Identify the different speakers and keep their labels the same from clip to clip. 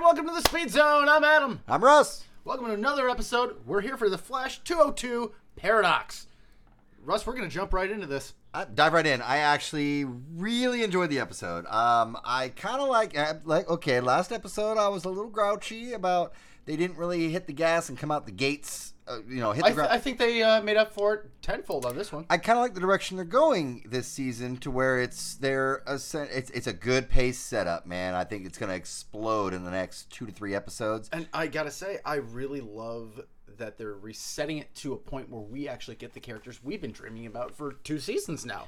Speaker 1: welcome to the Speed Zone. I'm Adam.
Speaker 2: I'm Russ.
Speaker 1: Welcome to another episode. We're here for the Flash 202 Paradox. Russ, we're going to jump right into this.
Speaker 2: I, Uh, dive right in. I actually really enjoyed the episode. Um, I kind of like I- like okay. Last episode, I was a little grouchy about they didn't really hit the gas and come out the gates. Uh, you know, hit
Speaker 1: I, th-
Speaker 2: the ground.
Speaker 1: I think they uh, made up for it tenfold on this one.
Speaker 2: I kind of like the direction they're going this season, to where it's they're a, sen- it's it's a good pace setup, man. I think it's going to explode in the next two to three episodes.
Speaker 1: And I gotta say, I really love that they're resetting it to a point where we actually get the characters we've been dreaming about for two seasons now.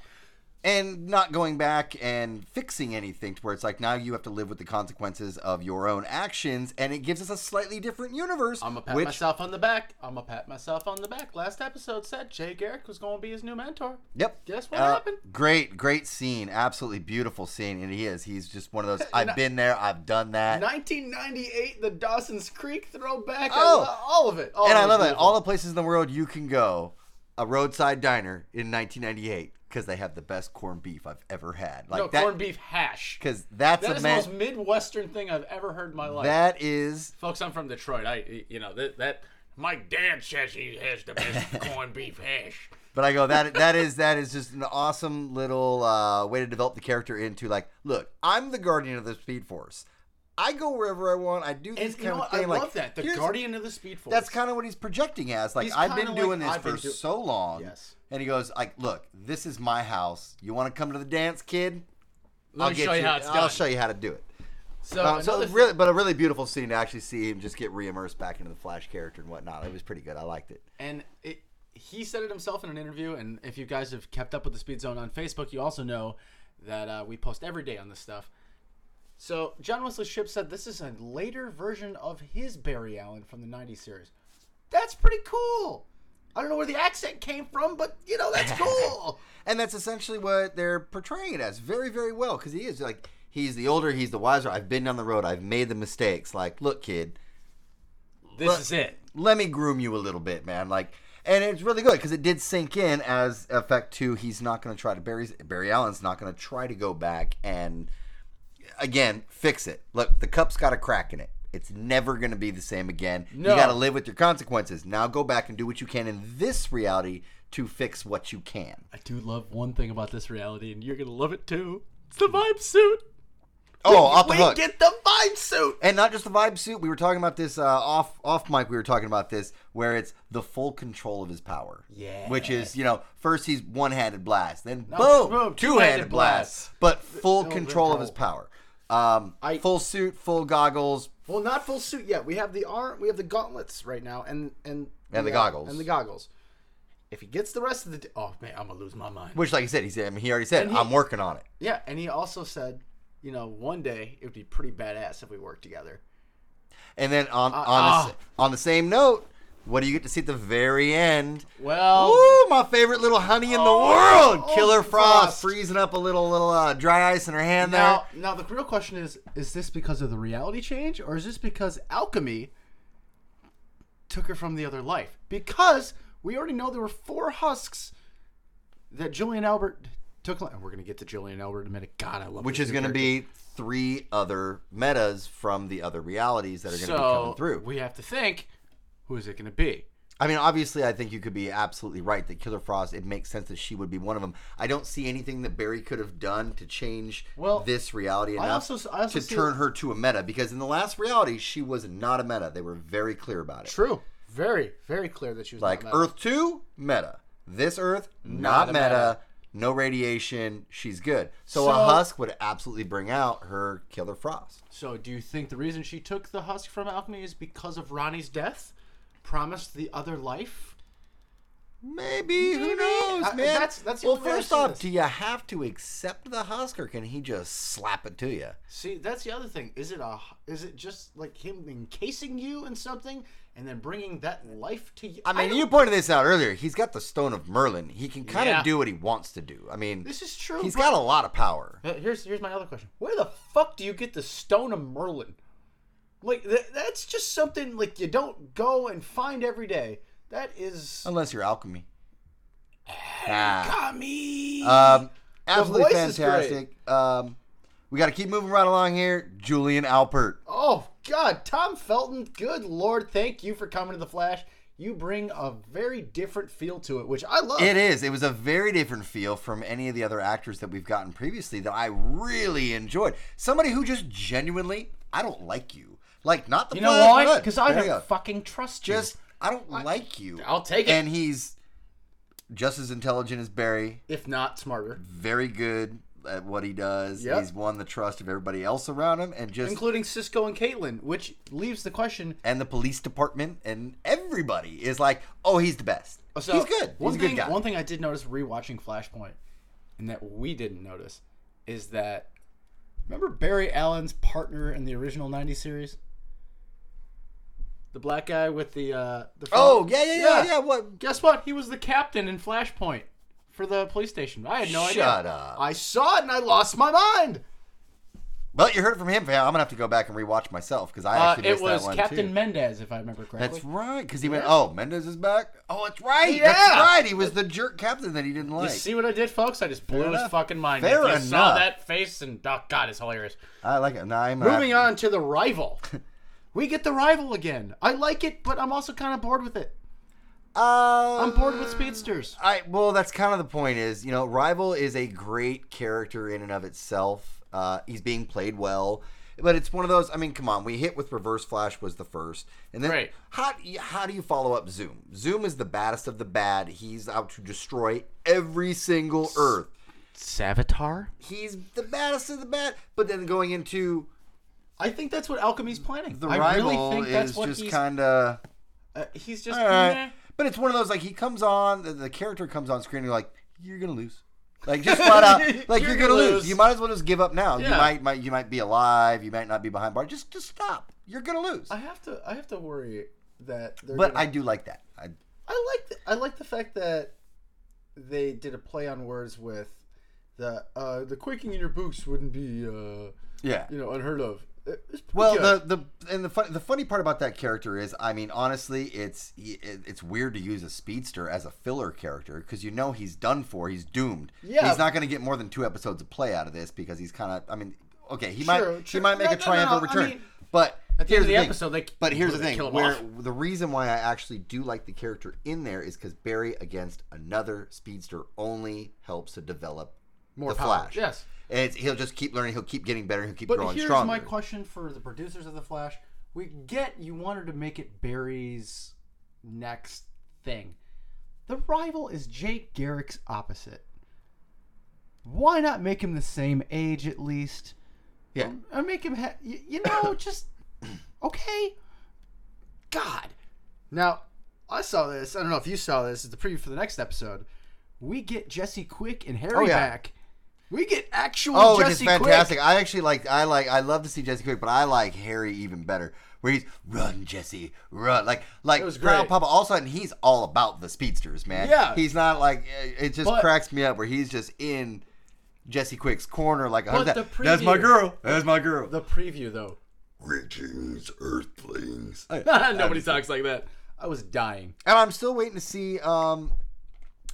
Speaker 2: and not going back and fixing anything to where it's like now you have to live with the consequences of your own actions and it gives us a slightly different universe
Speaker 1: I'm gonna pat
Speaker 2: which
Speaker 1: myself on the back. I'm gonna pat myself on the back. Last episode said Jay Garrick was gonna be his new mentor.
Speaker 2: yep Uh,
Speaker 1: Guess what happened?
Speaker 2: great great scene absolutely beautiful scene and he is he's just one of those i've been there i've done that
Speaker 1: 1998, the Dawson's Creek throwback.
Speaker 2: Oh.
Speaker 1: I lo- all of it. All
Speaker 2: and
Speaker 1: of
Speaker 2: i
Speaker 1: it
Speaker 2: love
Speaker 1: was
Speaker 2: it all the places in the world you can go a roadside diner in 1998 because they have the best corned beef i've ever had like
Speaker 1: beautiful. no,
Speaker 2: that
Speaker 1: corned beef hash.
Speaker 2: because that's
Speaker 1: That
Speaker 2: a
Speaker 1: is
Speaker 2: man
Speaker 1: the most Midwestern thing I've ever heard in my life.
Speaker 2: that is
Speaker 1: Folks, I'm from Detroit. I, you know, that, that
Speaker 3: My dad says he has the best corned beef hash.
Speaker 2: But I go that that is that is just an awesome little uh, way to develop the character into like, look, I'm the guardian of the Speed Force. I go wherever I want. I do
Speaker 1: And
Speaker 2: this kind
Speaker 1: you know
Speaker 2: of
Speaker 1: what?
Speaker 2: thing.
Speaker 1: I
Speaker 2: like,
Speaker 1: love that. The
Speaker 2: here's-
Speaker 1: Guardian of the Speed Force.
Speaker 2: That's kind of what he's projecting as. Like
Speaker 1: He's
Speaker 2: I've been
Speaker 1: kinda
Speaker 2: doing
Speaker 1: like,
Speaker 2: this
Speaker 1: I've
Speaker 2: for
Speaker 1: been do-
Speaker 2: so long.
Speaker 1: Yes.
Speaker 2: And he goes like, look, this is my house. You want to come to the dance, kid?
Speaker 3: Let me show you how it's
Speaker 2: I'll
Speaker 3: done."
Speaker 2: show you how to do it.
Speaker 1: so.
Speaker 2: Uh, so
Speaker 1: another
Speaker 2: really, but a really beautiful scene to actually see him just get reimmersed back into the Flash character and whatnot. It was pretty good. I liked it.
Speaker 1: and it, he said it himself in an interview. And if you guys have kept up with the Speed Zone on Facebook, you also know that uh, we post every day on this stuff. So John Wesley Shipp said this is a later version of his Barry Allen from the '90s series. That's pretty cool. I don't know where the accent came from, but you know that's cool.
Speaker 2: And that's essentially what they're portraying it as very, very well because he is like he's the older, he's the wiser. I've been down the road, I've made the mistakes. Like, look, kid,
Speaker 3: This
Speaker 2: Look.
Speaker 3: is it.
Speaker 2: let me groom you a little bit, man. Like, and it's really good because it did sink in as effect two. He's not going to try to Barry Barry Allen's not going to try to go back and again fix it. Look, the cup's got a crack in it. It's never going to be the same again.
Speaker 1: No.
Speaker 2: You got to live with your consequences. Now go back and do what you can in this reality to fix what you can.
Speaker 1: I do love one thing about this reality, and you're gonna love it too. It's the vibe suit.
Speaker 2: Oh, off the
Speaker 1: we
Speaker 2: hook.
Speaker 1: get the vibe suit.
Speaker 2: and not just the vibe suit. We were talking about this uh, off off mic. We were talking about this where it's the full control of his power.
Speaker 1: Yeah.
Speaker 2: Which is you know first he's one handed blast, then boom,
Speaker 1: boom,
Speaker 2: two handed
Speaker 1: two-handed
Speaker 2: blast,
Speaker 1: blast.
Speaker 2: but full
Speaker 1: No
Speaker 2: control of his power. Um,
Speaker 1: I-
Speaker 2: full suit, full goggles.
Speaker 1: Well, not full suit yet. We have the arm, we have the gauntlets right now, and and
Speaker 2: And the goggles.
Speaker 1: and the goggles. If he gets the rest of the, d- oh man, I'm gonna lose my mind.
Speaker 2: Which, like he said, he said I mean, he already said
Speaker 1: And he-
Speaker 2: I'm working on it.
Speaker 1: Yeah, and he also said, you know, one day it would be pretty badass if we worked together.
Speaker 2: And then on
Speaker 1: Uh, ah.
Speaker 2: on, the, s- on the same note, what do you get to see at the very end?
Speaker 1: Well,
Speaker 2: Ooh, my favorite little honey in the world,
Speaker 1: oh,
Speaker 2: Killer Frost,
Speaker 1: Frost.
Speaker 2: freezing up a little little uh, dry ice in her hand there.
Speaker 1: now now the real question is: Is this because of the reality change, or is this because alchemy took her from the other life? Because we already know there were four husks that Julian Albert took, and we're gonna get to Julian Albert in a minute. God, I love
Speaker 2: which
Speaker 1: this
Speaker 2: is
Speaker 1: new
Speaker 2: going to
Speaker 1: character.
Speaker 2: be three other metas from the other realities that are going to
Speaker 1: so
Speaker 2: be coming through.
Speaker 1: we have to think who is it going to be
Speaker 2: I mean, obviously, I think you could be absolutely right that Killer Frost. It makes sense that she would be one of them. I don't see anything that Barry could have done to change
Speaker 1: Well,
Speaker 2: this reality enough
Speaker 1: I also, I also
Speaker 2: to turn her to a meta. Because in the last reality, she was not a meta. They were very clear about it.
Speaker 1: true very very clear that she was
Speaker 2: Like
Speaker 1: not mad.
Speaker 2: Earth Two, meta. This Earth, not,
Speaker 1: Not a
Speaker 2: meta.
Speaker 1: meta.
Speaker 2: No radiation. She's good. so a
Speaker 1: So-
Speaker 2: husk would absolutely bring out her Killer Frost.
Speaker 1: so do you think the reason she took the husk from alchemy is because of ronnie's death promised the other life
Speaker 2: Maybe, who knows,
Speaker 1: I-
Speaker 2: man?
Speaker 1: Uh, that's- that's the
Speaker 2: well,
Speaker 1: only way I
Speaker 2: first
Speaker 1: see
Speaker 2: off,
Speaker 1: this.
Speaker 2: do you have to accept the husk, or can he just slap it to you?
Speaker 1: see that's the other thing is it a is it just like him encasing you in something and then bringing that life to you
Speaker 2: I mean,
Speaker 1: don't-
Speaker 2: you pointed this out earlier. He's got the Stone of Merlin. He can kind of
Speaker 3: Yeah.
Speaker 2: do what he wants to do. I mean,
Speaker 1: this is true
Speaker 2: he's
Speaker 1: but-
Speaker 2: got a lot of power.
Speaker 1: Uh, Here's here's my other question. Where the fuck do you get the stone of Merlin? Like th- that's just something like you don't go and find every day. That is
Speaker 2: Unless you're alchemy. Ah.
Speaker 1: Kami.
Speaker 2: Um, absolutely
Speaker 1: voice is great.
Speaker 2: fantastic. Um, we got to keep moving right along here. Julian Alpert.
Speaker 1: oh God, Tom Felton, good lord, thank you for coming to the Flash. You bring a very different feel to it, which I love.
Speaker 2: It is. It was a very different feel from any of the other actors that we've gotten previously that I really enjoyed. Somebody who just genuinely, I don't like you. Like not the
Speaker 1: you know
Speaker 2: Flash,
Speaker 1: why?
Speaker 2: but-
Speaker 1: Because I
Speaker 2: There you go.
Speaker 1: don't fucking trust you.
Speaker 2: just I don't like you.
Speaker 1: I'll take it.
Speaker 2: And he's just as intelligent as Barry.
Speaker 1: if not smarter,
Speaker 2: Very good at what he does.
Speaker 1: Yep.
Speaker 2: He's won the trust of everybody else around him, and just
Speaker 1: including Cisco and Caitlin, which leaves the question.
Speaker 2: and the police department and everybody is like, oh, he's the best.
Speaker 1: So
Speaker 2: he's good.
Speaker 1: One
Speaker 2: he's a
Speaker 1: thing,
Speaker 2: good guy.
Speaker 1: One thing I did notice rewatching Flashpoint, and that we didn't notice, is that remember Barry Allen's partner in the original '90s series, the black guy with the uh, the
Speaker 2: oh yeah, yeah, yeah, yeah. What?
Speaker 1: Guess what? He was the captain in Flashpoint for the police station. I had no idea.
Speaker 2: Shut up.
Speaker 1: I saw it and I lost my mind.
Speaker 2: Well, you heard it from him. fam. I'm gonna have to go back and rewatch myself because I
Speaker 1: Uh,
Speaker 2: actually
Speaker 1: it
Speaker 2: missed
Speaker 1: was
Speaker 2: that one
Speaker 1: Captain
Speaker 2: too.
Speaker 1: Mendez, if I remember correctly.
Speaker 2: That's right, because he went, oh, Mendez is back. Oh, that's right. That's
Speaker 1: Yeah.
Speaker 2: right. He was the jerk captain that he didn't like.
Speaker 1: You see what I did, folks? I just blew his
Speaker 2: enough.
Speaker 1: fucking mind.
Speaker 2: Fair
Speaker 1: if you saw
Speaker 2: enough.
Speaker 1: that face, and oh god, it's hilarious.
Speaker 2: I like it. Now I'm uh,
Speaker 1: Moving on to the rival. We get the rival again. I like it, but I'm also kind of bored with it.
Speaker 2: Uh,
Speaker 1: I'm bored with speedsters.
Speaker 2: I well, that's kind of the point. Is you know, Rival is a great character in and of itself. Uh, he's being played well, but it's one of those. I mean, come on, we hit with Reverse Flash was the first, and then
Speaker 1: Right.
Speaker 2: how do you- how do you follow up Zoom? Zoom is the baddest of the bad. He's out to destroy every single Earth.
Speaker 1: Savitar?
Speaker 2: He's the baddest of the bad. But then going into
Speaker 1: I think that's what Alchemy's planning.
Speaker 2: the
Speaker 1: I
Speaker 2: rival
Speaker 1: really think that's
Speaker 2: is
Speaker 1: what
Speaker 2: just
Speaker 1: he's.
Speaker 2: kind of.
Speaker 1: uh, he's just.
Speaker 2: all right.
Speaker 1: meh.
Speaker 2: But it's one of those like he comes on, the, the character comes on screen, and you're like, you're gonna lose. Like just flat out, like you're,
Speaker 1: You're
Speaker 2: gonna,
Speaker 1: gonna
Speaker 2: lose.
Speaker 1: lose.
Speaker 2: You might as well just give up now. You
Speaker 1: Yeah.
Speaker 2: might, might, you might be alive. You might not be behind bar. Just, just stop. You're gonna lose.
Speaker 1: I have to. I have to worry that. They're
Speaker 2: but
Speaker 1: gonna-
Speaker 2: I do like that. I,
Speaker 1: I like the, I like the fact that they did a play on words with the uh, the quaking in your boots wouldn't be uh,
Speaker 2: yeah.
Speaker 1: you know unheard of. It- it's pretty
Speaker 2: Well,
Speaker 1: good.
Speaker 2: the the and the fun, the funny part about that character is, I mean, honestly, it's it, it's weird to use a speedster as a filler character because you know he's done for, he's doomed.
Speaker 1: Yeah.
Speaker 2: he's not going to get more than two episodes of play out of this because he's kind of, I mean, okay, he
Speaker 1: True,
Speaker 2: might he
Speaker 1: true.
Speaker 2: might make
Speaker 1: No,
Speaker 2: a
Speaker 1: no, no,
Speaker 2: triumphant
Speaker 1: no, I
Speaker 2: return,
Speaker 1: mean,
Speaker 2: but
Speaker 1: at the
Speaker 2: here's
Speaker 1: end of the,
Speaker 2: thing.
Speaker 1: episode, they
Speaker 2: But here's the
Speaker 1: they
Speaker 2: thing:
Speaker 1: killed
Speaker 2: where
Speaker 1: off.
Speaker 2: the reason why I actually do like the character in there is because Barry against another speedster only helps to develop
Speaker 1: More
Speaker 2: the
Speaker 1: power,
Speaker 2: Flash.
Speaker 1: yes.
Speaker 2: and it's, he'll just keep learning. He'll keep getting better. He'll keep
Speaker 1: But
Speaker 2: growing
Speaker 1: here's
Speaker 2: stronger.
Speaker 1: my question for the producers of the Flash: We get you wanted to make it Barry's next thing. The rival is Jake Garrick's opposite. Why not make him the same age at least?
Speaker 2: yeah.
Speaker 1: I make him, ha- you, you know, just okay. God. Now, I saw this. I don't know if you saw this. It's the preview for the next episode. We get Jesse Quick and Harry
Speaker 2: Oh, yeah.
Speaker 1: back. We get actual
Speaker 2: Oh,
Speaker 1: Jesse
Speaker 2: which is fantastic. I actually like. I like. I love to see Jesse Quick, but I like Harry even better. Where he's run, Jesse, run. Like, like
Speaker 1: was
Speaker 2: Proud
Speaker 1: great.
Speaker 2: Papa. All of a sudden, he's all about the speedsters, man.
Speaker 1: Yeah.
Speaker 2: he's not like. It it just
Speaker 1: But-
Speaker 2: cracks me up where he's just in Jesse Quick's corner, like.
Speaker 1: But
Speaker 2: 100%.
Speaker 1: the
Speaker 2: That's my
Speaker 1: preview-
Speaker 2: girl. That's my girl.
Speaker 1: Quick. The preview, though.
Speaker 2: Greetings, Earthlings. And
Speaker 1: Nobody talks like that. I was dying.
Speaker 2: I'm still waiting to see. Um,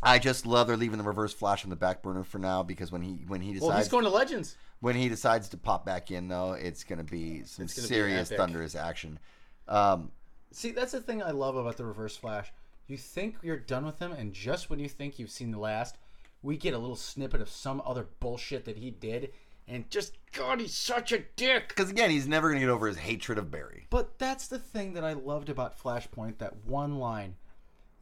Speaker 2: I just love they're leaving the Reverse Flash on the back burner for now because when he when he decides
Speaker 1: Well, he's going to Legends.
Speaker 2: when he decides to pop back in though it's going to be some
Speaker 1: gonna be
Speaker 2: serious
Speaker 1: epic.
Speaker 2: thunderous action um,
Speaker 1: See, that's the thing I love about the Reverse Flash. You think you're done with him, and just when you think you've seen the last, we get a little snippet of some other bullshit that he did, and just God, he's such a dick.
Speaker 2: because again he's never going to get over his hatred of barry
Speaker 1: But that's the thing that I loved about Flashpoint. That one line,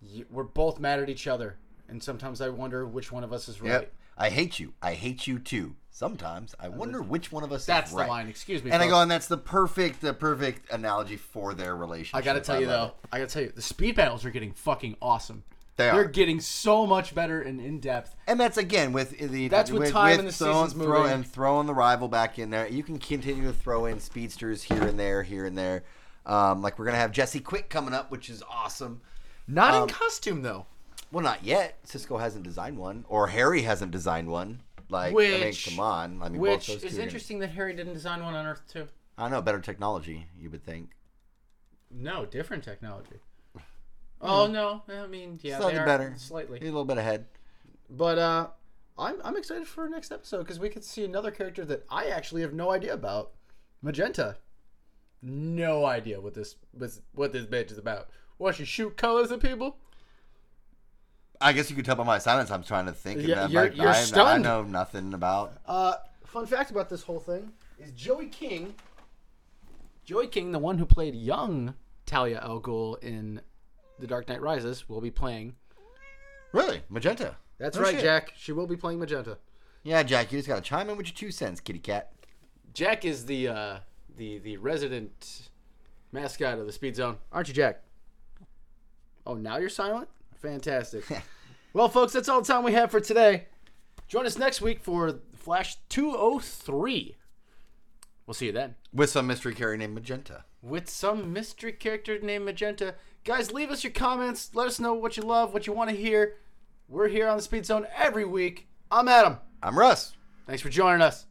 Speaker 1: You- we're both mad at each other, and sometimes I wonder which one of us is right.
Speaker 2: yep i hate you i hate you too sometimes i wonder which one of us
Speaker 1: That's
Speaker 2: is right
Speaker 1: the line. Excuse me.
Speaker 2: and i
Speaker 1: folks.
Speaker 2: go and that's the perfect the perfect analogy for their relationship
Speaker 1: I gotta tell you though,
Speaker 2: love
Speaker 1: I gotta tell you, the speed battles are getting fucking awesome.
Speaker 2: They are.
Speaker 1: They're getting so much better and in depth.
Speaker 2: it. and that's again with uh, the
Speaker 1: That's with time and the
Speaker 2: throwing,
Speaker 1: seasons
Speaker 2: throw-
Speaker 1: moving.
Speaker 2: and throwing the rival back in there you can continue to throw in speedsters here and there here and there um, like we're gonna have jesse quick coming up which is awesome
Speaker 1: Not in costume though.
Speaker 2: Well, not yet. Cisco hasn't designed one, or Harry hasn't designed one. Like, I mean,
Speaker 1: Which-
Speaker 2: come on. I mean, both
Speaker 1: Which
Speaker 2: those two
Speaker 1: is
Speaker 2: are gonna-
Speaker 1: interesting that Harry didn't design one on Earth too.
Speaker 2: I don't know better technology. You would think
Speaker 1: No, different technology. Oh no, I mean yeah,
Speaker 2: slightly
Speaker 1: they are
Speaker 2: better, a
Speaker 1: slightly.
Speaker 2: little bit ahead.
Speaker 1: But uh, I'm I'm excited for next episode because we could see another character that I actually have no idea about, Magenta. no idea what this what's- what this bitch is about. What she shoot colors at people?
Speaker 2: I guess you could tell by my silence. I'm trying to think.
Speaker 1: Yeah,
Speaker 2: and
Speaker 1: you're-
Speaker 2: I'm like,
Speaker 1: you're
Speaker 2: I,
Speaker 1: stunned.
Speaker 2: I know nothing about.
Speaker 1: Uh, fun fact about this whole thing is Joey King. Joey King, the one who played young Talia al Ghul in The Dark Knight Rises, will be playing. Oh,
Speaker 2: Really, magenta.
Speaker 1: That's
Speaker 2: No
Speaker 1: right,
Speaker 2: shit.
Speaker 1: Jack. She will be playing Magenta.
Speaker 2: Yeah, Jack, you just gotta chime in with your two cents, kitty cat.
Speaker 1: Jack is the uh, the the resident mascot of the Speed Zone, aren't you, Jack? Oh, now you're silent. Fantastic. well, folks, that's all the time we have for today. Join us next week for Flash 203. We'll see you then.
Speaker 2: With some mystery carrier named Magenta.
Speaker 1: with some mystery character named Magenta. Guys, leave us your comments. Let us know what you love, what you want to hear. We're here on the Speed Zone every week. I'm Adam.
Speaker 2: I'm Russ.
Speaker 1: Thanks for joining us.